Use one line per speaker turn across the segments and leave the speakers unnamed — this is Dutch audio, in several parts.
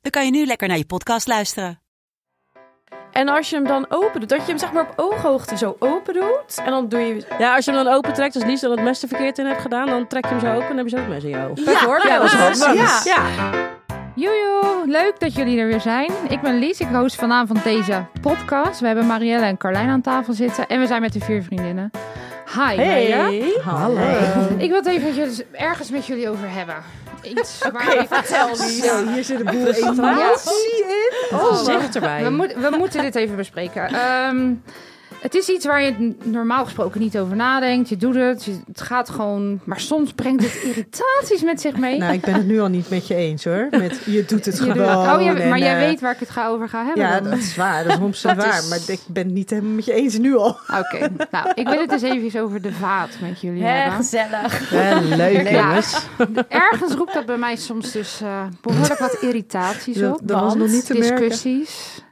dan kan je nu lekker naar je podcast luisteren.
En als je hem dan open doet, dat je hem zeg maar op ooghoogte zo open doet. En dan doe je...
Ja, als je hem dan open trekt, als Lies dan het mes er verkeerd in hebt gedaan, dan trek je hem zo open en heb je zo het mes in jou.
Ja, hoor,
Ja, dat is
was
wat.
Ja.
Ja.
Joejoe, leuk dat jullie er weer zijn. Ik ben Lies, ik host vanavond deze podcast. We hebben Marielle en Carlijn aan tafel zitten en we zijn met de vier vriendinnen. Hi, Meijer. Ik wil het eventjes ergens met jullie over hebben. Iets waar ik vertel
hier zit een boel
Ja.
Oh, zicht erbij.
We, moet- we moeten dit even bespreken. Ehm, het is iets waar je n- normaal gesproken niet over nadenkt. Je doet het, je- het gaat gewoon. Maar soms brengt het irritaties met zich mee.
Nou, ik ben het nu al niet met je eens hoor. Met je doet het
Je doet-
gewoon.
oh, je- maar
en,
jij
eh,
weet waar ik het ga over ga hebben.
Ja,
dan.
dat is waar. Dat is 100% waar. Maar ik ben het niet helemaal met je eens nu al.
Oké, nou, ik wil het dus even over de vaat met jullie
Hè,
hebben.
gezellig.
leuk
Ja. jongens. Ergens roept dat bij mij soms dus eh, behoorlijk wat irritaties
Dat-
op.
dat was
want
nog niet te merken.
discussies.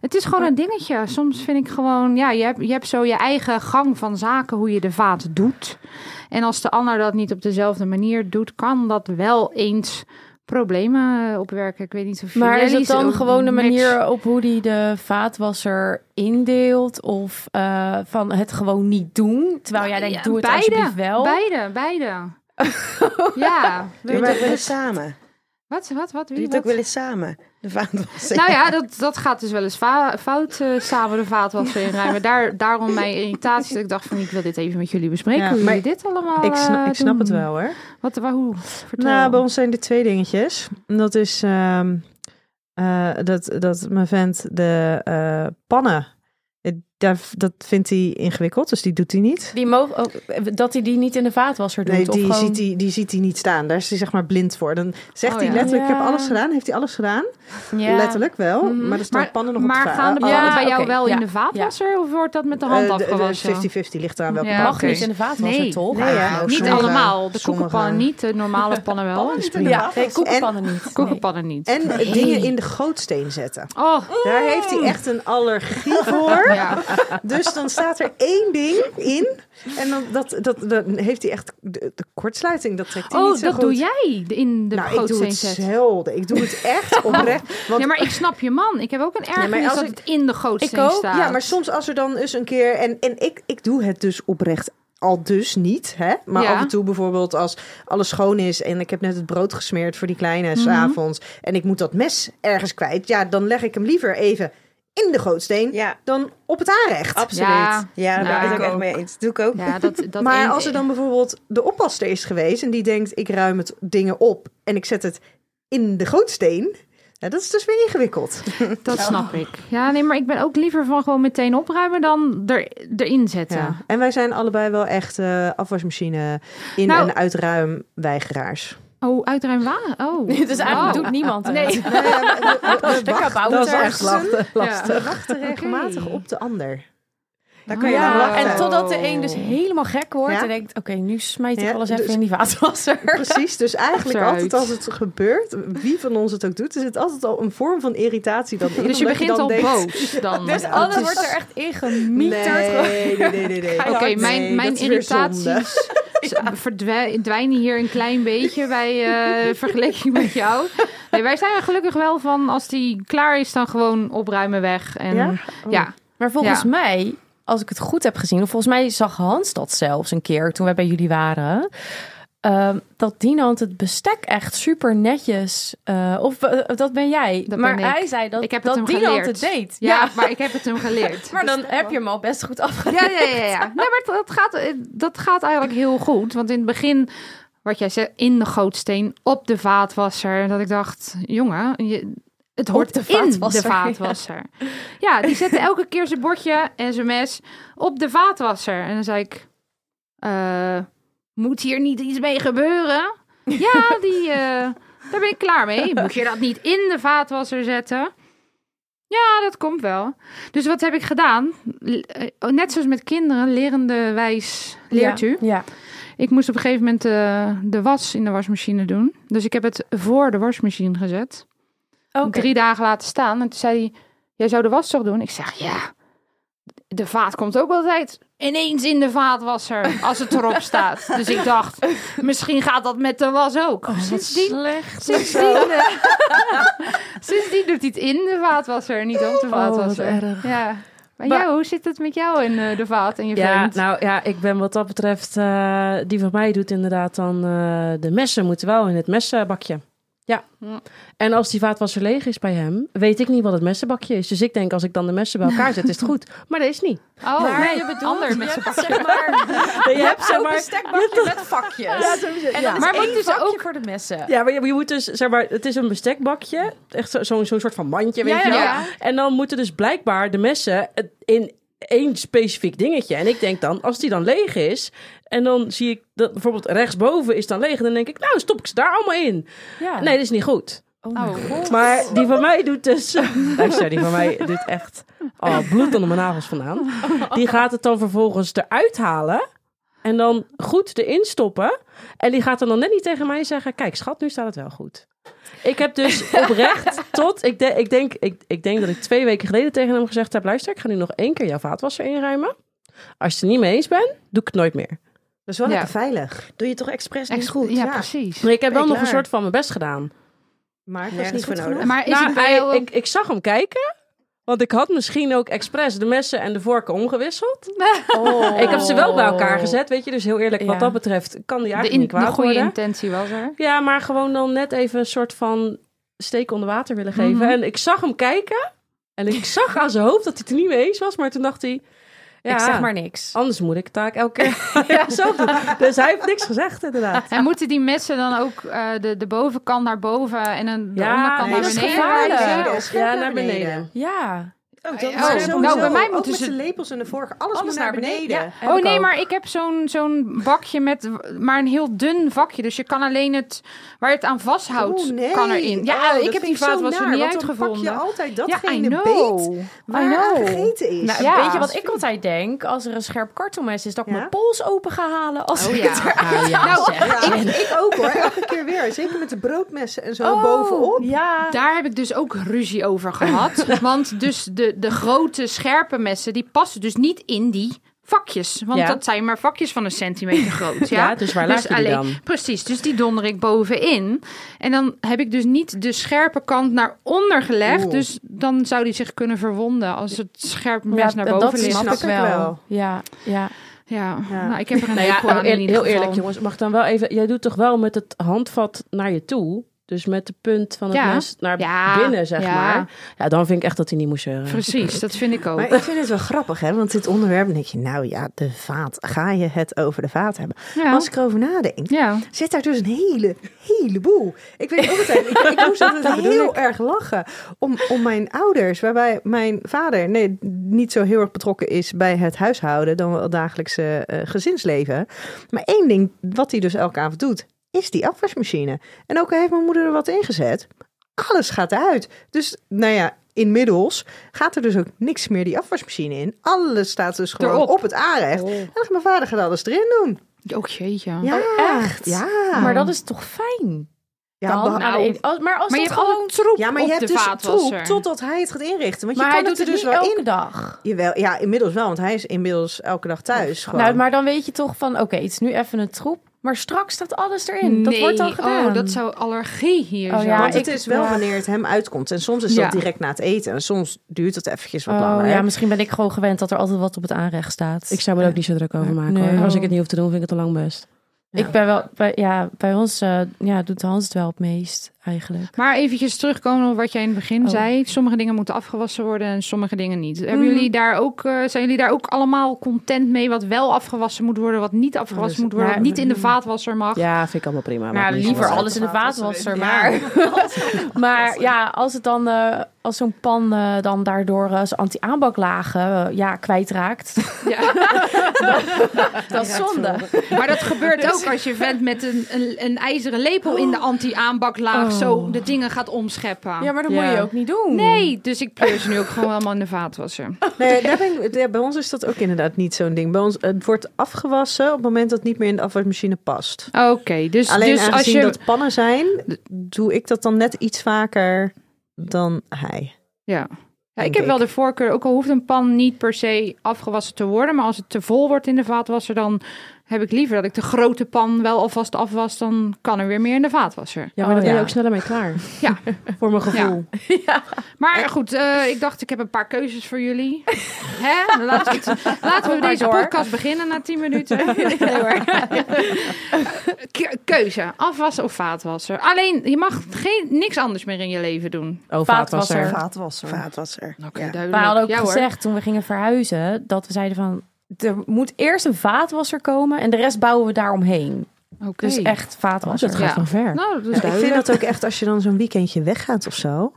Het is gewoon een dingetje. Soms vind ik gewoon, ja, je hebt, je hebt zo je eigen gang van zaken hoe je de vaat doet. En als de ander dat niet op dezelfde manier doet, kan dat wel eens problemen eh, opwerken. Ik weet niet of
Maar is
jullie
het dan
ook
gewoon de
niks-
manier op hoe die de vaatwasser indeelt? Of eh, van het gewoon niet doen? Terwijl jij denkt,
Ja,
doe het
beide,
alsjeblieft wel.
Beide, beide. ja. dus-
Doe het ook wel eens samen.
Wat, wat, wat?
Doe
Wie,
het ook
wat?
wel eens samen. De vaatwasser.
Nou ja, dat, dat gaat dus wel eens fa- fout eh, samen de vaatwasser inruimen. Daar, daarom mijn irritatie dat ik dacht van ik wil dit even met jullie bespreken.
Ja,
hoe
maar
jullie dit allemaal
Ik, sna-
eh,
ik snap het
doen.
wel hoor.
Wat, waar, hoe? Vertel.
Nou, bij ons zijn er twee dingetjes. En Dat is ehm, eh, dat, dat mijn vent de eh, pannen, eh, daar, dat vindt hij ingewikkeld. Dus die doet hij niet.
Die mogen ook, dat hij die niet in de vaatwasser doet.
Nee,
of
die,
gewoon-
ziet die, die ziet hij niet staan. Daar is hij zeg maar blind voor. Dan zegt
Oh,
hij
ja.
letterlijk, ik heb
Ja.
alles gedaan. Heeft hij alles gedaan?
Ja.
Letterlijk wel.
Mhm.
Maar er staan
maar,
pannen nog op
maar
de va-
gaan de
oh,
pannen
Ja,
bij jou
oké,
wel
ja,
in de vaatwasser of wordt dat met de hand
Eh, de- de
afgewassen?
50-50 ligt eraan welke
Ja,
pannen.
Mag
oké.
niet in de vaatwasser,
Nee.
toch?
Nee, ja.
Nou,
Niet
sommige-
allemaal, de
sommige-
koekenpannen niet, de normale pannen wel.
Ja, nee, koekenpannen niet.
Koekenpannen niet.
En dingen in de gootsteen zetten.
Oh,
Daar heeft hij echt een allergie voor.
ja.
Dus dan staat er één ding in. En dan dat, dat, dan heeft hij echt de, de kortsluiting. Dat trekt hij
oh
niet zo
dat
goed.
doe jij de- in de
nou, ik doe het
gootsteen zetten.
zelden. Ik doe het echt oprecht. Want
Ja, maar ik snap je man. Ik heb ook een ergernis
als
dat
ik-
het in de gootsteen
Ik ook,
staat.
Ja, maar soms als er dan eens een keer... En, en ik, ik doe het dus oprecht al dus niet, hè? Maar
Ja.
af en toe bijvoorbeeld als alles schoon is... en ik heb net het brood gesmeerd voor die kleine s'avonds... en ik moet dat mes ergens kwijt... ja, dan leg ik hem liever even in de gootsteen...
Ja,
dan op het aanrecht.
absoluut.
Ja.
Ja, daar
Ja,
ben ik
ik
ook echt
ook.
mee eens. Doe ik ook.
Ja, dat, dat
maar
een-
als er dan bijvoorbeeld de oppasster is geweest... en die denkt, ik ruim het dingen op... en ik zet het in de gootsteen... Ja, dat is dus weer ingewikkeld.
Dat snap ik. Ja, nee, maar ik ben ook liever van gewoon meteen opruimen dan er, erin zetten.
Ja. En wij zijn allebei wel echt eh, afwasmachine in-
Nou-
en uitruim weigeraars.
Oh, uitruimen waar? Oh.
Dus eigenlijk
Wow.
doet niemand het.
Nee.
De kabouters.
lastig.
wachten regelmatig op de ander.
Daar kan je
Ja,
dan lachen.
En totdat de een dus helemaal gek wordt
Ja.
en denkt: oké, nu smijt ik
Ja,
alles even
dus-
in die vaatwasser.
Precies, dus eigenlijk
Achteruit.
altijd als het gebeurt, wie van ons het ook doet, er zit altijd al een vorm van irritatie dan in.
Dus je
omdat
begint
dan
al
denkt-
boos dan.
Dus
Ja,
alles
dat is-
wordt er echt in
Nee,
gemieterd.
nee, nee, nee. nee.
Oké, mijn,
Nee,
mijn
dat is weer zonde.
irritaties z- verdwijnen hier een klein beetje bij eh, vergelijking met jou. Nee, wij zijn er gelukkig wel van als die klaar is, dan gewoon opruimen weg. En,
Ja?
ja?
Oh.
Maar volgens
Ja.
mij, als ik het goed heb gezien, of volgens mij zag Hans dat zelfs een keer toen wij bij jullie waren. ehm, dat Dinant het bestek echt super netjes. eh, of eh, dat ben jij.
Dat
maar
ben ik.
hij zei dat,
ik heb het
dat
hem
Dinant
geleerd.
het deed.
Ja, maar ik heb het hem geleerd.
maar dan heb je hem al best goed afgeleid.
Ja, ja, ja. ja. Nee, maar dat- dat gaat, dat gaat eigenlijk heel goed. Want in het begin, wat jij zei, in de gootsteen, op de vaatwasser. Dat ik dacht, jongen, je, het hoort
de
in de
vaatwasser, ja.
vaatwasser. Ja. die zette elke keer zijn bordje en zijn mes op de vaatwasser. En dan zei ik, eh, moet hier niet iets mee gebeuren? Ja, die... eh, Daar ben ik klaar mee. Moet je dat niet in de vaatwasser zetten? Ja, dat komt wel. Dus wat heb ik gedaan? L- eh, Net zoals met kinderen, lerende wijs leert u.
Ja.
Ik moest op een gegeven moment eh, de was in de wasmachine doen. Dus ik heb het voor de wasmachine gezet.
Oké.
Drie dagen laten staan. En toen zei hij, jij zou de was toch doen? Ik zeg, ja. De vaat komt ook altijd ineens in de vaatwasser. Als het erop staat. Dus ik dacht, misschien gaat dat met de was ook.
Oh,
sindsdien,
slecht.
sindsdien, eh, sindsdien doet hij het in de vaatwasser. Niet op de vaatwasser.
erg.
Ja. Maar
Maar-
jou, hoe zit het met jou en eh, de vaat en je
Ja,
vriend?
nou ja, ik ben wat dat betreft, eh, die van mij doet inderdaad dan eh, de messen moeten wel in het messenbakje. Ja.
Ja.
En als die vaatwasser leeg is bij hem, weet ik niet wat het messenbakje is. Dus ik denk, als ik dan de messen bij elkaar zet, is het goed. Maar dat is niet.
oh,
Maar
je bedoelt, ander met zijn pakje.
Zeg maar,
Je hebt zeg
Ook
maar-
een stekbakje met vakjes.
en dan is
Maar
maar
moeten
één
ze
vakje
ook-
voor de messen.
dus Ja, maar je, je moet dus, zeg maar, het is een bestekbakje. Echt zo- zo'n zo'n soort van mandje, weet
Ja,
je wel.
ja.
En dan moeten dus blijkbaar de messen het in één specifiek dingetje. En ik denk dan, als die dan leeg is... en dan zie ik dat bijvoorbeeld rechtsboven is dan leeg... dan denk ik, nou, stop ik ze daar allemaal in.
Ja.
Nee, dat is niet goed.
Oh, god.
Maar die van mij doet dus... Luister, die van mij doet echt oh, bloed onder mijn nagels vandaan. Die gaat het dan vervolgens eruit halen... En dan goed erin stoppen. En die gaat dan, dan net niet tegen mij zeggen... Kijk, schat, nu staat het wel goed. Ik heb dus oprecht tot... Ik, de- ik, denk, ik, ik denk dat ik twee weken geleden tegen hem gezegd heb... Luister, ik ga nu nog één keer jouw vaatwasser inruimen. Als je het er niet mee eens bent, doe ik het nooit meer.
Dat is wel
Ja.
lekker veilig. Doe je toch expres niet
Ex-
goed?
Ja, precies.
Maar ik heb wel
Ben je
nog een
klaar?
soort van mijn best gedaan.
Maar het was
Nergens
niet
voor
goed
nodig.
genoeg.
Maar is
Nou,
het bij
hij-
jou...
ik, ik zag hem kijken. Want ik had misschien ook expres de messen en de vorken omgewisseld.
Oh.
Ik heb ze wel bij elkaar gezet, weet je. Dus heel eerlijk,
Ja.
wat dat betreft kan die
de,
eigenlijk
in,
niet
de
kwaad
goede
worden.
intentie was er.
Ja, maar gewoon dan net even een soort van steek onder water willen geven.
Mhm.
En ik zag hem kijken. En ik zag aan zijn hoofd dat hij het er niet mee eens was. Maar toen dacht hij... Ja,
Ik zeg maar niks.
anders moet ik het taak elke keer zelf doen. Dus hij heeft niks gezegd, inderdaad.
En moeten die messen dan ook eh, de, de bovenkant naar boven en een, de
Ja,
onderkant
nee,
naar
dat is
beneden?
gevaarlijk.
wijzen?
Ja,
Ja, naar beneden.
Ja.
Ook dat
Oh,
is er
nou,
sowieso.
bij mij moeten
Ook met
ze-
de lepels en de vork. Alles,
Alles
moet
naar
naar
beneden,
beneden.
ja.
Oh nee, maar ik heb zo'n zo'n bakje met maar een heel dun vakje. Dus je kan alleen het waar je het aan vasthoudt,
Oeh, nee.
kan erin. Ja,
Oh, dat
ik heb
vind
die
zo
vaatwasser
naar,
niet
want dan pak je
uitgevonden.
altijd
Ja, I
datgene beet
know. I
waar aan
know.
gegeten is.
Nou,
Ja.
Ja.
Weet je wat ik altijd denk? Als er een scherp kort om is, is dat ik
Ja?
mijn pols open ga halen. Als
Oh
ik
ja.
het eruit
Ah,
haal.
Nou,
Ja, ik, ik ook hoor. Elke keer weer. Zeker met de broodmessen en zo
Oh,
bovenop.
Ja.
Daar heb ik dus ook ruzie over gehad. Want dus de, de grote scherpe messen, die passen dus niet in die vakjes. Want
Ja.
dat zijn maar vakjes van een centimeter groot. Ja,
Ja, dus waar laat je die dan?
Precies, dus die donder ik bovenin. En dan heb ik dus niet de scherpe kant naar onder gelegd.
Oeh.
Dus dan zou die zich kunnen verwonden als het scherpe mes naar
dat-
boven
dat
ligt.
snap
Snap
ik
ik
wel.
wel.
Ja, ja.
Ja,
Ja.
Nou, ik heb er een
Nou ja,
hekel aan
heel,
in ieder
heel
geval.
eerlijk jongens, mag ik dan wel even... Jij doet toch wel met het handvat naar je toe? Dus met de punt van het
Ja.
mes naar
Ja,
binnen, zeg
ja.
maar. Ja, dan vind ik echt dat hij niet moest zeuren.
Precies, dat vind ik ook.
Maar ik vind het wel grappig, hè? Want dit onderwerp, dan denk je, nou ja, de vaat. Ga je het over de vaat hebben?
Ja.
Als ik erover nadenk,
ja.
zit daar dus een hele, heleboel. Ik weet ook altijd, ik, ik moest altijd heel erg lachen om, om mijn ouders. Waarbij mijn vader nee, niet zo heel erg betrokken is bij het huishouden... dan wel het dagelijkse eh, gezinsleven. Maar één ding wat hij dus elke avond doet, is die afwasmachine. En ook al heeft mijn moeder er wat ingezet, alles gaat uit. Dus nou ja, inmiddels gaat er dus ook niks meer die afwasmachine in. Alles staat dus gewoon
Erop.
op het aanrecht. En dan gaat mijn vader gaat alles erin doen.
Oh jeetje.
Ja,
echt?
Ja.
Maar dat is toch fijn?
Ja,
Dan,
beha-
nou, de- als- maar als
Maar je
dat
hebt
gewoon...
gewoon troep
ja, maar
op
je
de
hebt dus
vaatwasser.
troep totdat hij het gaat inrichten. Want
Maar
je
hij
kan
doet
het
het
er dus
niet
wel
elke
in.
dag.
Jawel, ja, inmiddels wel, want hij is inmiddels elke dag thuis. Gewoon.
Nou, maar dan weet je toch van... Oké, het is nu even een troep. Maar straks staat alles erin. Dat wordt dan
Nee,
gedaan.
Oh, dat zou allergie hier
Oh,
zijn.
ja,
want het
ik-
is wel
ja.
wanneer het hem uitkomt. En soms is
Ja.
dat direct na het eten. En soms duurt het eventjes wat
Oh,
langer.
ja, misschien ben ik gewoon gewend dat er altijd wat op het aanrecht staat.
Ik zou me er ook niet zo druk over maken.
Nee.
hoor. Als ik het niet hoef te doen, vind ik het al lang best.
Ik ben wel, bij, ja, bij ons eh, ja, doet Hans het wel het meest eigenlijk.
Maar eventjes terugkomen op wat jij in het begin
Oh.
zei. Sommige dingen moeten afgewassen worden en sommige dingen niet. Hebben jullie daar ook, eh, zijn jullie daar ook allemaal content mee? Wat wel afgewassen moet worden, wat niet afgewassen moet worden, wat
maar-
niet in de vaatwasser mag?
Ja, vind ik allemaal prima.
Maar
maakt niet
liever
uit.
alles in de vaatwasser, maar... maar ja, als het dan, eh, als zo'n pan eh, dan daardoor eh, zijn anti-aanbaklagen eh, ja, kwijtraakt,
Ja.
dat is zonde.
Oh. Maar dat gebeurt ook als je vent met een, een, een ijzeren lepel in de anti-aanbaklaag zo de dingen gaat omscheppen.
Ja, maar dat moet
Ja.
je ook niet doen.
Nee, dus ik pleur ze nu ook gewoon allemaal in de vaatwasser.
Nee,
Daar ben ik- ja, bij ons is dat ook inderdaad niet zo'n ding. Bij ons het wordt afgewassen op het moment dat het niet meer in de afwasmachine past.
Oké, dus,
Alleen
dus als
aangezien
je...
dat pannen zijn, doe ik dat dan net iets vaker dan hij.
Ja. Ja, ik
Denk
heb wel
ik.
de voorkeur, ook al hoeft een pan niet per se afgewassen te worden, maar als het te vol wordt in de vaatwasser, dan heb ik liever dat ik de grote pan wel alvast afwas, dan kan er weer meer in de vaatwasser.
Ja, maar dan
Oh,
ben je
ja.
ook sneller mee klaar.
Ja.
Voor mijn gevoel.
Maar goed, eh, ik dacht ik heb een paar keuzes voor jullie. Hè? Laten we, het- laten we deze
door.
podcast beginnen na 10 minuten. Nee, hoor. Ke- Keuze, afwassen of vaatwasser. Alleen, je mag geen, niks anders meer in je leven doen.
Oh,
Vaatwasser.
Vaatwasser.
Vaatwasser.
Oké,
Ja.
duidelijk.
We hadden ook
Ja, hoor.
gezegd toen we gingen verhuizen dat we zeiden van er moet eerst een vaatwasser komen en de rest bouwen we daaromheen.
Oké.
Dus echt
Oh,
vaatwasser.
dat gaat
Ja.
van ver.
Nou, dat is
Ik vind
duidelijk.
dat ook echt als je dan zo'n weekendje weggaat of zo.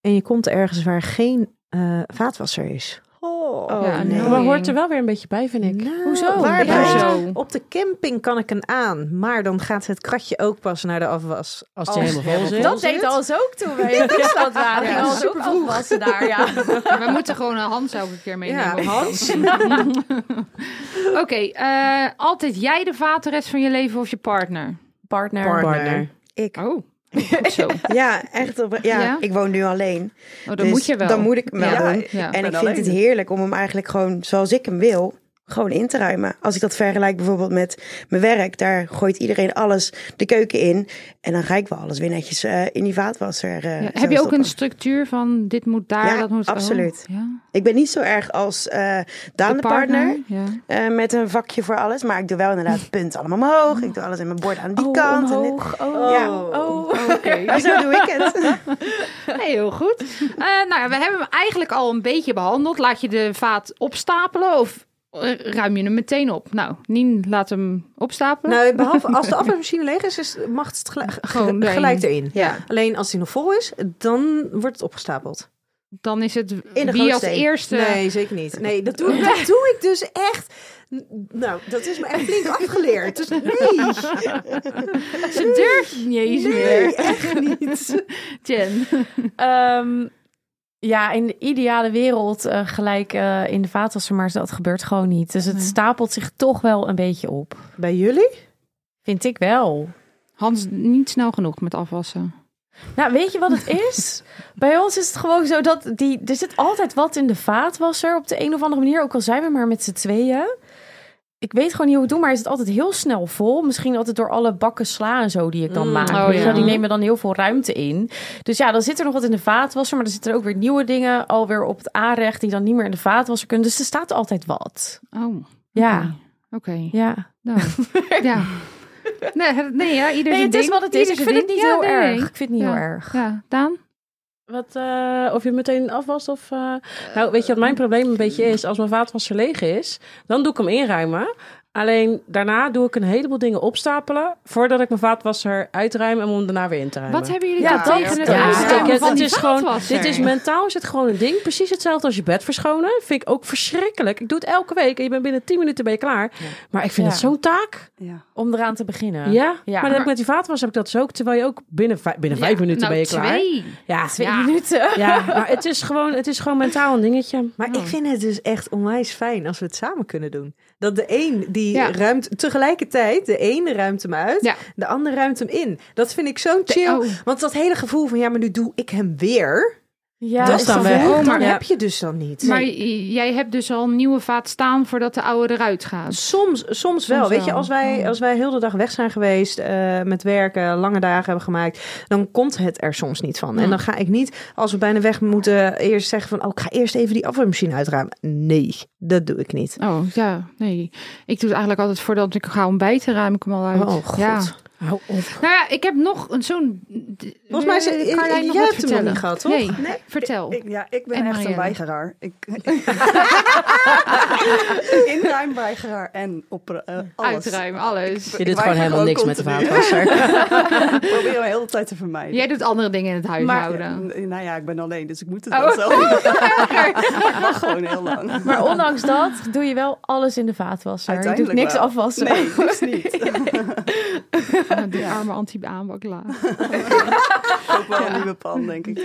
En je komt ergens waar geen eh, vaatwasser is.
Oh,
Ja, nee.
Maar hoort er wel weer een beetje bij, vind ik.
Nou,
Hoezo?
waarbij-
Ja.
Hoezo? Op de camping kan ik een aan, maar dan gaat het kratje ook pas naar de afwas.
Als
het
het
helemaal
helemaal vol zit.
Dat deed alles ook toen we in Friesland waren.
Ja,
Ja, alles ook afwassen daar, ja.
We moeten gewoon een Hans elke keer meenemen.
Ja,
Hans. Oké, eh, altijd jij de vaat de rest van je leven of je partner?
Partner.
Partner.
Ik.
Oh, goed zo. Oh,
Ja, echt. op- ja,
Ja?
ik woon nu alleen.
dan
Dus
moet je wel.
Dan moet ik hem wel
Ja.
doen.
Ja.
En eh, ik
ben
vind het
alleen.
heerlijk om hem eigenlijk gewoon zoals ik hem wil, gewoon in te ruimen. Als ik dat vergelijk bijvoorbeeld met mijn werk, daar gooit iedereen alles de keuken in. En dan ga ik wel alles weer netjes eh, in die vaatwasser. eh,
Ja,
zo
Heb je ook
stoppen.
een structuur van dit moet daar,
Ja,
dat moet... oh,
absoluut.
ja.
Ik ben niet zo erg als eh Daan de, partner.
Ja.
eh, met een vakje voor alles. Maar ik doe wel inderdaad punt allemaal omhoog. Ik doe alles in mijn bord aan die
Oh,
kant. en dit-
omhoog. Oh,
Ja.
oh.
Maar zo doe ik het.
Nee, heel goed. Eh, nou, ja, we hebben hem eigenlijk al een beetje behandeld. Laat je de vaat opstapelen of eh, ruim je hem meteen op? Nou, Nien laat hem opstapelen.
Nou, behalve als de afwasmachine leeg is, is mag het gelijk,
Gewoon erin.
gelijk erin.
Ja.
Alleen als die nog vol is, dan wordt het opgestapeld.
Dan is het
de
wie als
gootsteen.
eerste...
Nee, zeker niet. Nee, dat doe, ik- dat doe ik dus echt. N- Nou, dat is me echt flink afgeleerd. Dus nee,
Ze durft niet eens meer.
nee, echt niet.
Jen.
Ehm, ja, in de ideale wereld eh, gelijk eh, in de vaatwasser, maar dat gebeurt gewoon niet. Dus het stapelt zich toch wel een beetje op.
Bij jullie?
Vind ik wel.
Hans, niet snel genoeg met afwassen.
Nou, weet je wat het is? Bij ons is het gewoon zo dat die, er zit altijd wat in de vaatwasser op de een of andere manier. Ook al zijn we maar met z'n tweeën. Ik weet gewoon niet hoe we het doen, maar is het altijd heel snel vol. Misschien altijd door alle bakken sla en zo die ik dan maak.
oh
Weet je
ja.
wel, Die nemen dan heel veel ruimte in. Dus ja, dan zit er nog wat in de vaatwasser. Maar dan zitten er ook weer nieuwe dingen alweer op het aanrecht... die dan niet meer in de vaatwasser kunnen. Dus er staat altijd wat.
Oh,
Ja,
Oké. oké.
ja.
Nou, ja. Nee, het- nee, ja, ieder
Nee,
zijn
het is
ding.
wat het is.
Ieder
Ik
zijn
vind het niet
ding.
heel
Ja, nee,
erg.
nee.
Ik vind het niet heel erg.
Ja, Daan?
Wat, eh, of je meteen afwast of... eh, Nou, weet je wat mijn probleem een beetje is? Als mijn vaatwasser leeg is, dan doe ik hem inruimen. Alleen daarna doe ik een heleboel dingen opstapelen... voordat ik mijn vaatwasser uitruim en om hem daarna weer in te ruimen.
Wat hebben jullie
Ja,
daar
dat-
tegen het
ja,
uitruimen
het,
van
het
die
is gewoon,
vaatwasser?
dit is mentaal is het gewoon een ding. Precies hetzelfde als je bed verschonen. Vind ik ook verschrikkelijk. Ik doe het elke week en je bent binnen 10 minuten ben je klaar. Maar ik vind
Ja.
het zo'n taak.
Om eraan te beginnen.
Ja, maar dan heb ik
Maar-
met die vaatwas heb ik dat zo ook. Terwijl je ook binnen, vij- binnen vijf minuten
nou,
ben je klaar.
twee.
Ja,
Twee
Ja.
minuten.
ja, maar het is, gewoon, het is gewoon mentaal een dingetje.
Maar ik vind het dus echt onwijs fijn als we het samen kunnen doen. Dat de een die
Ja.
ruimt tegelijkertijd, de ene ruimt hem uit,
Ja.
de ander ruimt hem in. Dat vind ik zo'n chill.
oh.
Want dat hele gevoel van ja, maar nu doe ik hem weer.
Ja,
dat
is dan
gevoel,
weg.
dan
Ja.
heb je dus dan niet.
Maar j- jij hebt dus al een nieuwe vaat staan voordat de oude eruit gaat.
Soms, soms wel.
Soms
Weet je,
wel.
als wij, als wij heel de dag weg zijn geweest eh, met werken, lange dagen hebben gemaakt, dan komt het er soms niet van. En dan ga ik niet, als we bijna weg moeten, eerst zeggen van, oh, ik ga eerst even die afwasmachine uitruimen. Nee, dat doe ik niet.
Oh, ja, nee. Ik doe het eigenlijk altijd voordat ik ga ontbijten, ruim ik hem al uit.
Oh, god.
Ja.
Hou op.
Nou ja, ik heb nog een zo'n...
Volgens mij is het-
Eh, Carlijn, nog
jij
wat
hebt
vertellen?
hem nog niet gehad, toch?
Nee, vertel.
Ik, ja, ik ben
En
echt
Marielle.
een weigeraar. Ik, inruimweigeraar en op eh, alles.
Uitruimen, alles.
Je
Ik
doet
weiger
gewoon helemaal
gewoon
niks met de
continu.
vaatwasser.
Ik probeer hem de hele tijd te vermijden.
Jij doet andere dingen in het huishouden.
Ja, n- nou ja, ik ben alleen, dus ik moet het
Oh.
wel zelf. Maar ik mag gewoon heel lang.
Maar ondanks dat doe je wel alles in de vaatwasser. Je doet
Uiteindelijk
niks
wel.
afwassen.
Nee, liefst niet.
die arme anti-aanbaklaag.
Ook wel een nieuwe pan, denk ik.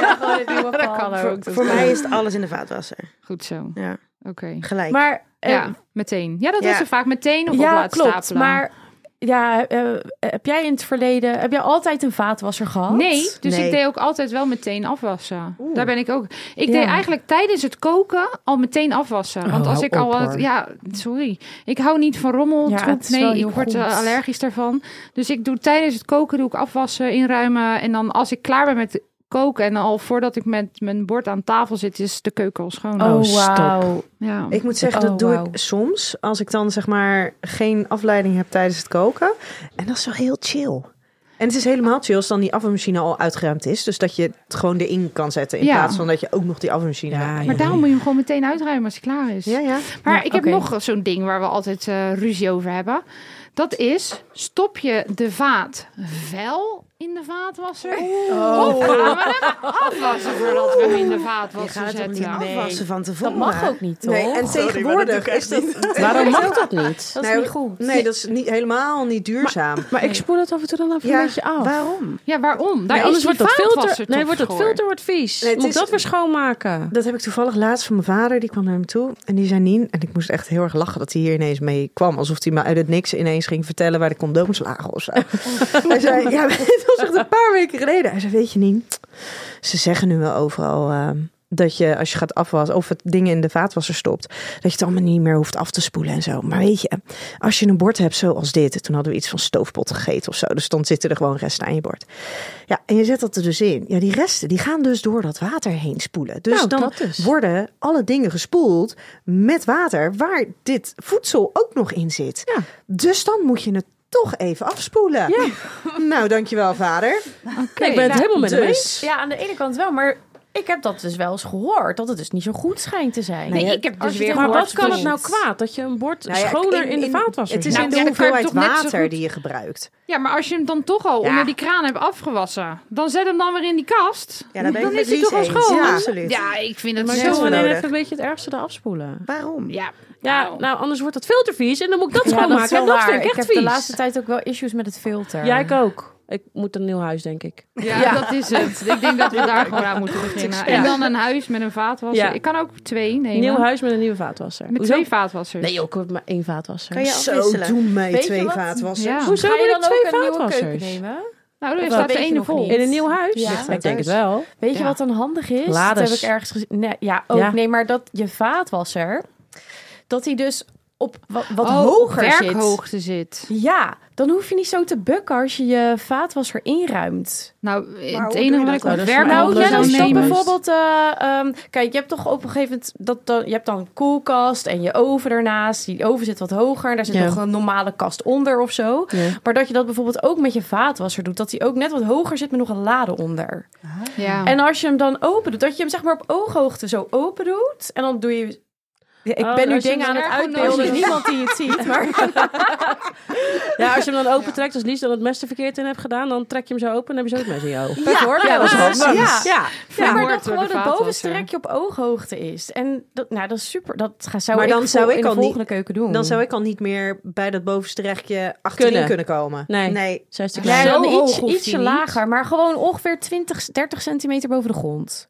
Ja, gewoon het nieuwe
Dat
plan.
kan er ook. dat
Voor
kan.
mij is het alles in de vaatwasser.
Goed zo.
Ja,
Oké.
gelijk.
Maar eh,
ja, meteen. Ja, dat
ja.
is ze vaak meteen of op
ja,
laat
klopt.
stapelen.
Maar ja, eh, heb jij in het verleden, heb jij altijd een vaatwasser gehad?
Nee, dus
Nee.
ik deed ook altijd wel meteen afwassen. Daar ben ik ook. Ik
Ja. Oh,
deed eigenlijk tijdens het koken al meteen afwassen. Want als
hou
ik al
op,
wat,
hoor.
ja, sorry. Ik hou niet van rommel,
Ja,
troep.
het is wel
Nee,
heel
ik word eh,
goed.
allergisch daarvan. Dus ik doe tijdens het koken doe ik afwassen, inruimen en dan als ik klaar ben met koken en al voordat ik met mijn bord aan tafel zit, is de keuken al schoon.
Oh,
stop.
wauw.
Ja.
Ik moet zeggen, dat
Oh,
doe
wauw.
ik soms. Als ik dan zeg maar geen afleiding heb tijdens het koken. En dat is wel heel chill. En het is helemaal chill als dan die afwasmachine al uitgeruimd is. Dus dat je het gewoon erin kan zetten. In
Ja.
plaats van dat je ook nog die afwasmachine hebt.
Maar daarom moet je hem gewoon meteen uitruimen als hij klaar is.
Ja, ja.
Maar ik heb
oké.
nog zo'n ding waar we altijd eh, ruzie over hebben. Dat is, stop je de vaat wel in de vaatwasser?
Oh,
Of gaan we hem afwassen voordat we hem in de
je
vaatwasser
gaat het toch niet
zetten?
afwassen van tevoren?
Dat mag ook niet, toch?
Nee, en
Sorry, maar
tegenwoordig
dat
is
doe ik
dat...
echt
Waarom mag dat niet?
dat is
Nou,
niet goed.
Nee, dat is niet, helemaal niet duurzaam.
Maar ik spoel het af en toe dan even
Ja,
een beetje af.
Waarom?
Ja, waarom? Daar
Nee,
is
anders
die
wordt dat filter,
vaatwasser
nee,
toch
wordt dat
voor.
filter wordt vies.
Nee, het
Moet ik
is-
dat weer schoonmaken?
Dat heb ik toevallig laatst van mijn vader. Die kwam naar hem toe en die zei Nien. En ik moest echt heel erg lachen dat hij hier ineens mee kwam. Alsof hij me uit het niks ineens ging vertellen waar de condooms lagen of zo. hij zei, ja, maar het was echt een paar weken geleden. Hij zei, weet je Nien, ze zeggen nu wel overal... ehm, dat je als je gaat afwassen of het dingen in de vaatwasser stopt, dat je het allemaal niet meer hoeft af te spoelen en zo. Maar weet je, als je een bord hebt zoals dit, toen hadden we iets van stoofpot gegeten of zo, dus dan zitten er gewoon resten aan je bord. Ja, en je zet dat er dus in. Ja, die resten die gaan dus door dat water heen spoelen. Dus
Nou,
dan
dat dus.
worden alle dingen gespoeld met water waar dit voedsel ook nog in zit.
Ja.
Dus dan moet je het toch even afspoelen. Nou, dankjewel vader.
Oké.
Nee, ik ben het helemaal met hem eens.
nou, dus. Ja, aan de ene kant wel, maar ik heb dat dus wel eens gehoord. Dat het dus niet zo goed schijnt te zijn.
Nee, ik heb dus
je
weer
het
Maar
gehoord
wat kan het
dat-
nou kwaad dat je een bord
Nou ja,
schoner in,
in-
de
in-
vaatwasser
Het is
Nou,
in de
ja, dan kan je
hoeveelheid
toch net zo
water
goed-
die je gebruikt.
Ja, maar als je hem dan toch al
Ja.
onder die kraan hebt afgewassen, dan zet hem dan weer in die kast.
Ja, daar ben
Dan
ik met
is hij
Lies
toch al
eens.
schoon?
Ja, absoluut.
Ja, ik vind het
Maar
zo...
zo
zo
alleen
nodig.
even een beetje het ergste eraf afspoelen.
Waarom?
Ja,
Ja,
nou.
nou anders wordt dat filter vies en dan moet ik dat
Ja, dat
schoonmaken.
is wel
en dat
waar.
vind ik
Ik
echt
heb
vies.
de laatste tijd ook wel issues met het filter.
Ja, ik ook. Ik moet een nieuw huis, denk ik.
Ja, dat is het. Ik denk dat we daar gewoon aan moeten beginnen. En dan een huis met een vaatwasser.
Ja.
Ik kan ook twee nemen.
Een nieuw huis met een nieuwe vaatwasser.
Met
Hoezo?
twee vaatwassers.
Nee, joh, ik heb maar één vaatwasser.
Kan je
Zo,
afwisselen?
doe mee
Weet je
twee
wat?
vaatwassers.
Ja.
Hoezo
Ga
moet
je
ik
dan ook
twee
een nieuwe keuken
vaatwassers?
nemen?
Nou, er
Dat
staat
weet
de
je
ene
nog
vol.
niet.
In een nieuw huis?
Ja.
ik denk het wel.
Weet je
Ja.
wat dan handig is? Dat
Laders.
heb ik ergens gezien. Nee, ja, ook.
Ja.
Nee, maar dat je vaatwasser, dat hij dus op wat, wat
Oh,
hoger
op
zit.
werkhoogte zit.
Ja, dan hoef je niet zo te bukken als je je vaatwasser inruimt.
Nou,
hoe
het
doe je
enige wat ik
dat?
Nou,
op
dat is
werkhoogte
Nou,
Anders
ja,
zou
dan
dan
staat
nemen...
bijvoorbeeld... eh, ehm, kijk, je hebt toch op een gegeven moment... Dat, dan- je hebt dan een koelkast en je oven ernaast. Die oven zit wat hoger. En daar zit
Ja.
nog een normale kast onder of zo.
Ja.
Maar dat je dat bijvoorbeeld ook met je vaatwasser doet. Dat die ook net wat hoger zit met nog een lade onder.
Ja.
En als je hem dan open doet, dat je hem zeg maar op ooghoogte zo open doet. En dan doe je... Ja, ik
Oh,
ben nu
als je
dingen
hem
aan het
erg
uitbeelden.
onnodig-
Niemand die het ziet, maar...
Ja, als je hem dan open trekt, als Lies dan het mes er verkeerd in hebt gedaan, dan trek je hem zo open en heb je zo het mes in je oog.
Dat hoor
Ja, dat is wel
ja.
precies. Ja.
Ja, maar
Vermoord
dat
door
gewoon
de
het
vaatwasser.
bovenste rekje op ooghoogte is. En dat, nou, dat is super. Dat ga, zou
Maar
ik
dan
voor-
zou ik
in de
al niet-
volgende keuken doen.
Dan zou ik al niet meer bij dat bovenste rechtje achterin
Kunnen.
kunnen, komen.
Nee.
Nee.
60
Nee,
Zo
dan
hoog
iets,
hoeft
ietsje
hij niet.
lager, maar gewoon ongeveer 20, 30 centimeter boven de grond.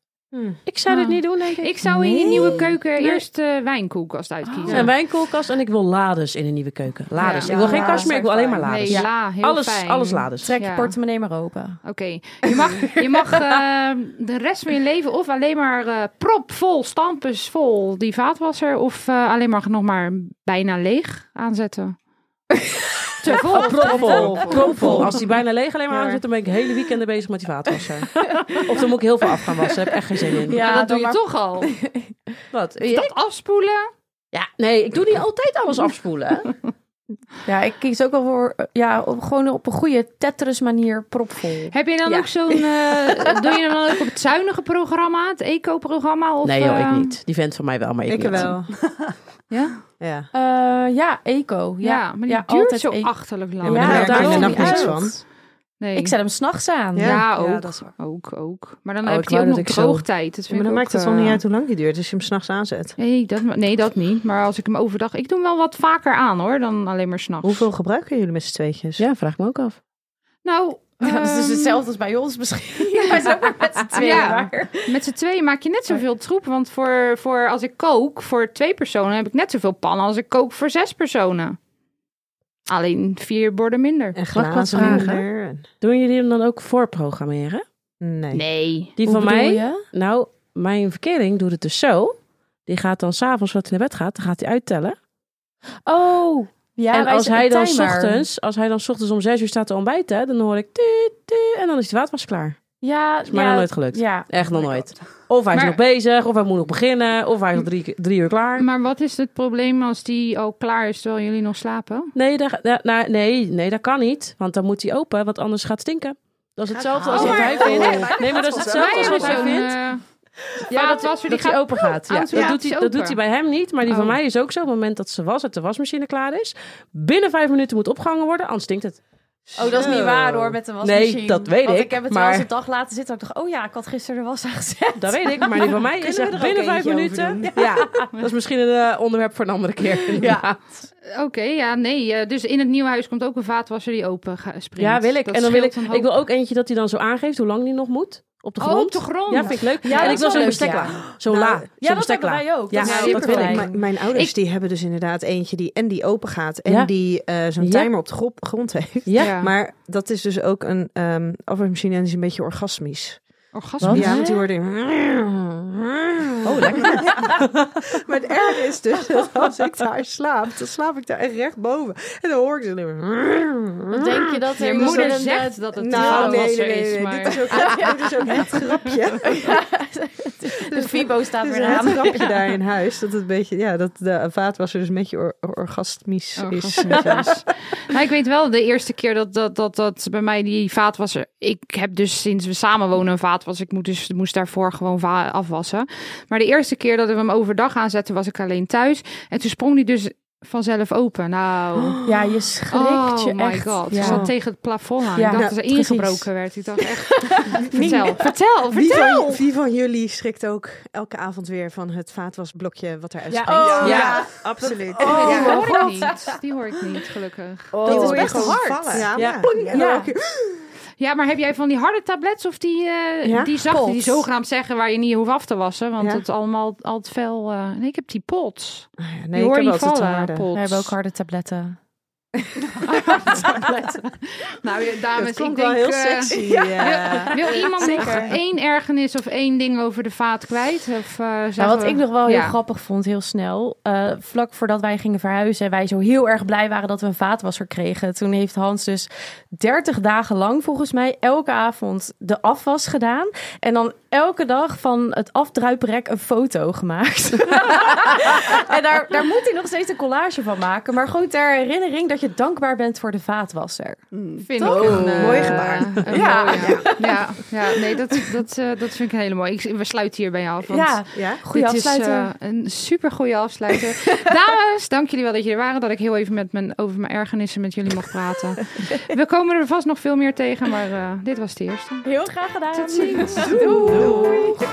Ik zou dit
Ah.
niet doen, denk ik.
Ik zou in die
Nee.
nieuwe keuken
Nee.
eerst de wijnkoelkast uitkiezen.
Een wijnkoelkast en ik wil lades in een nieuwe keuken. Lades.
Ja.
Ik wil
Ja,
geen kast
lades
meer, ik wil
zijn
alleen maar
Nee,
lades.
ja, heel
alles,
fijn.
alles lades.
Trek
Ja.
je portemonnee maar open.
Oké, je mag, je mag eh, de rest van je leven of alleen maar eh, prop vol, stampus vol die vaatwasser, of eh, alleen maar nog maar bijna leeg aanzetten. Te vol.
Propvol, propvol. Als die bijna leeg alleen maar aan zit, dan ben ik hele weekenden bezig met die vaatwasser. of dan moet ik heel veel af gaan wassen. Daar heb ik echt geen zin in.
Ja, dat doe je
maar-
toch al.
Wat?
Dat afspoelen.
Ja, nee, ik doe niet altijd alles afspoelen.
Ja, ik kies ook wel voor, eh, ja, op- gewoon op een goede Tetris manier propvol.
Heb je dan
Ja.
ook zo'n. eh, doe je dan ook op het zuinige programma, het eco-programma? Of,
nee joh, ik
ehm,
eh,
niet. Die vent van mij wel, maar ik,
Ik
niet.
wel.
Ja?
Ja.
Eh, ja, eco.
Ja,
Ja,
maar die
ja,
duurt
altijd
zo
e-
achterlijk
Ja,
lang.
maar daar
daarom
kan je
niet
nog niks
uit.
van.
Nee.
Ik zet hem s'nachts aan.
ja, ook.
dat is waar.
ook, ook. Maar dan
Oh,
heb
ik
je ook
wou
nog
dat ik zo-
droogtijd. Dat vind
maar dan
ik
maakt
ook,
het wel niet
eh,
uit hoe lang die duurt als je hem s'nachts aanzet.
Nee dat, nee, dat niet. Maar als ik hem overdag... Ik doe hem wel wat vaker aan, hoor. Dan alleen maar s'nachts.
Hoeveel gebruiken jullie met z'n tweetjes?
Ja, vraag me ook af.
Nou...
Ja, dat is dus
ehm, ah,
hetzelfde als bij ons misschien. Ja, maar zo maar met z'n tweeën.
Ja.
maar.
Met z'n tweeën maak je net zoveel troep. Want voor, voor als ik kook voor twee personen heb ik net zoveel pannen als ik kook voor zes personen. Alleen vier borden minder.
En
Mag ik wat
glazen
vragen?
minder en-
Doen jullie hem dan ook voorprogrammeren?
Nee.
Nee.
Die
Hoe
van
bedoel
mij?
je?
Nou, mijn verkering doet het dus zo. Die gaat dan s'avonds, wat hij naar bed gaat, dan gaat hij uittellen.
Oh. Ja,
en
wij
als
zetten
hij, dan 's
timer.
ochtends, als hij dan 's ochtends om zes uur staat te ontbijten, dan hoor ik tu, tu, en dan is het waterwas klaar.
Ja,
Is mij
ja,
nog nooit gelukt.
Ja.
Echt nog nooit. Of hij is
Maar-
nog bezig, of hij moet nog beginnen, of hij is nog drie, drie uur klaar.
Maar wat is het probleem als die al klaar is terwijl jullie nog slapen?
Nee, daar, daar- nou, nee, nee, dat kan niet, want dan moet hij open, want anders gaat het stinken. Dat is hetzelfde als
Oh,
wat
maar-
hij vindt.
Oh.
Nee, maar dat is hetzelfde als wat hij vindt.
eh, ja, dat was
dat hij open gaat. Ja,
automatisch
dat, doet hij, dat
open.
doet hij bij hem niet, maar die van
Oh.
mij is ook zo. Op het moment dat ze was uit de wasmachine klaar is, binnen vijf minuten moet opgehangen worden, anders stinkt het.
Oh, dat is niet
Zo.
waar hoor, met de wasmachine.
Nee, dat weet
Want
ik,
ik heb het
maar-
wel eens een dag laten zitten. Ik dacht, oh ja, ik had gisteren de was aangezet.
Dat weet ik, maar die van mij is echt binnen vijf minuten. Ja, dat is misschien een eh, onderwerp voor een andere keer. Ja,
Oké, ja, nee. eh, dus in het nieuwe huis komt ook een vaatwasser die open ga- springt.
ja wil ik.
Dat
En dan wil ik,
scheelt een
ik
hoop.
wil ook eentje dat hij dan zo aangeeft hoe lang die nog moet. Op de
Oh,
grond.
op de grond.
Ja, vind ik leuk. en
Ja, dat
ik wil
is wel
zo'n
leuk,
bestekla.
ja.
Zo'n
Nou,
la.
ja,
Zo'n
dat
bestekla.
hebben wij ook.
Ja,
Dat is
dat wil
superfijn.
ik.
Mijn, mijn ouders
Ik-
die hebben dus inderdaad eentje die en die open gaat en
Ja.
die eh, zo'n
Ja.
timer op de gro- grond heeft.
Ja.
Maar dat is dus ook een ehm afwasmachine en die is een beetje orgasmisch.
Orgasme.
Ja, want
Ja.
die worden.
Oh, lekker.
Maar het erg is dus dat als ik daar slaap, dan slaap ik daar echt recht boven. En dan hoor ik ze alleen maar.
Wat denk je dat
Je
er iemand
moeder
met een-
zegt dat het een
Nou, nee, nee,
vaatwasser
nee,
is,
nee.
maar...
Dit is ook echt- dit is ook echt een grapje.
De Fibo staat
Het is
weer
een
aan.
het grapje daar in huis. Dat het een beetje, ja, dat de vaatwasser dus een beetje or- or- orgasmisch is.
Orgasmisch, Nou, ik weet wel, de eerste keer dat, dat, dat, dat bij mij die vaatwasser... Ik heb dus sinds we samen wonen een vaatwasser. Ik moet dus, moest daarvoor gewoon va- afwassen. Maar de eerste keer dat we hem overdag aanzetten, was ik alleen thuis. En toen sprong die dus vanzelf open. Nou...
Ja, je schrikt
Oh
je
my
echt.
god,
Ja.
ze zat tegen het plafond aan.
Ja.
ik dacht
Nou,
dat ze
precies.
ingebroken werd. Ik dacht echt, vertel, vertel,
Wie
vertel.
van, wie van jullie schrikt ook elke avond weer van het vaatwasblokje wat eruit
Ja,
springt?
oh, ja.
Ja.
absoluut.
Nee, die
Oh,
hoor ik
god.
niet. Die hoor ik niet, gelukkig.
Oh,
Dat is
dat is
hoor je
best
gewoon
hard.
Ja,
Ja.
pling, en dan
Ja.
ook-
Ja, maar heb jij van die harde tablets of die, eh
Ja,
die zachte, die
pots.
zogenaamd zeggen waar je niet hoeft af te wassen? Want
Ja.
het allemaal al te fel. eh, nee, ik heb die pots.
Ah ja,
die hoor
heb
niet
altijd te
vallen.
harde.
Pots.
We hebben ook harde tabletten.
Nou, ja,
Dat
dames, ik
klonk
denk.
wel heel
eh,
sexy. ja.
wil, wil iemand nog één ergernis of één ding over de vaat kwijt? Of, eh zeggen
Nou, wat
we-
ik nog wel heel
Ja.
grappig vond, heel snel. eh, vlak voordat wij gingen verhuizen en wij zo heel erg blij waren dat we een vaatwasser kregen. Toen heeft Hans dus 30 dagen lang volgens mij elke avond de afwas gedaan. En dan elke dag van het afdruiprek een foto gemaakt. en daar, daar moet hij nog steeds een collage van maken. Maar gewoon ter herinnering dat je dankbaar bent voor de vaatwasser.
Vind ik een,
Oh,
eh,
mooi gebaar.
een
Ja.
mooie. ja. ja, nee, dat, dat, eh, dat vind ik een hele mooie. Ik, we sluiten hierbij af. Want
Ja,
Ja?
goede
dit
afsluiter.
is eh, een super goede afsluiter. Dames, dank jullie wel dat jullie er waren. Dat ik heel even met mijn, over mijn ergernissen met jullie mocht praten. We komen er vast nog veel meer tegen, maar eh, dit was de eerste.
Heel graag gedaan.
Tot ziens.
Doei.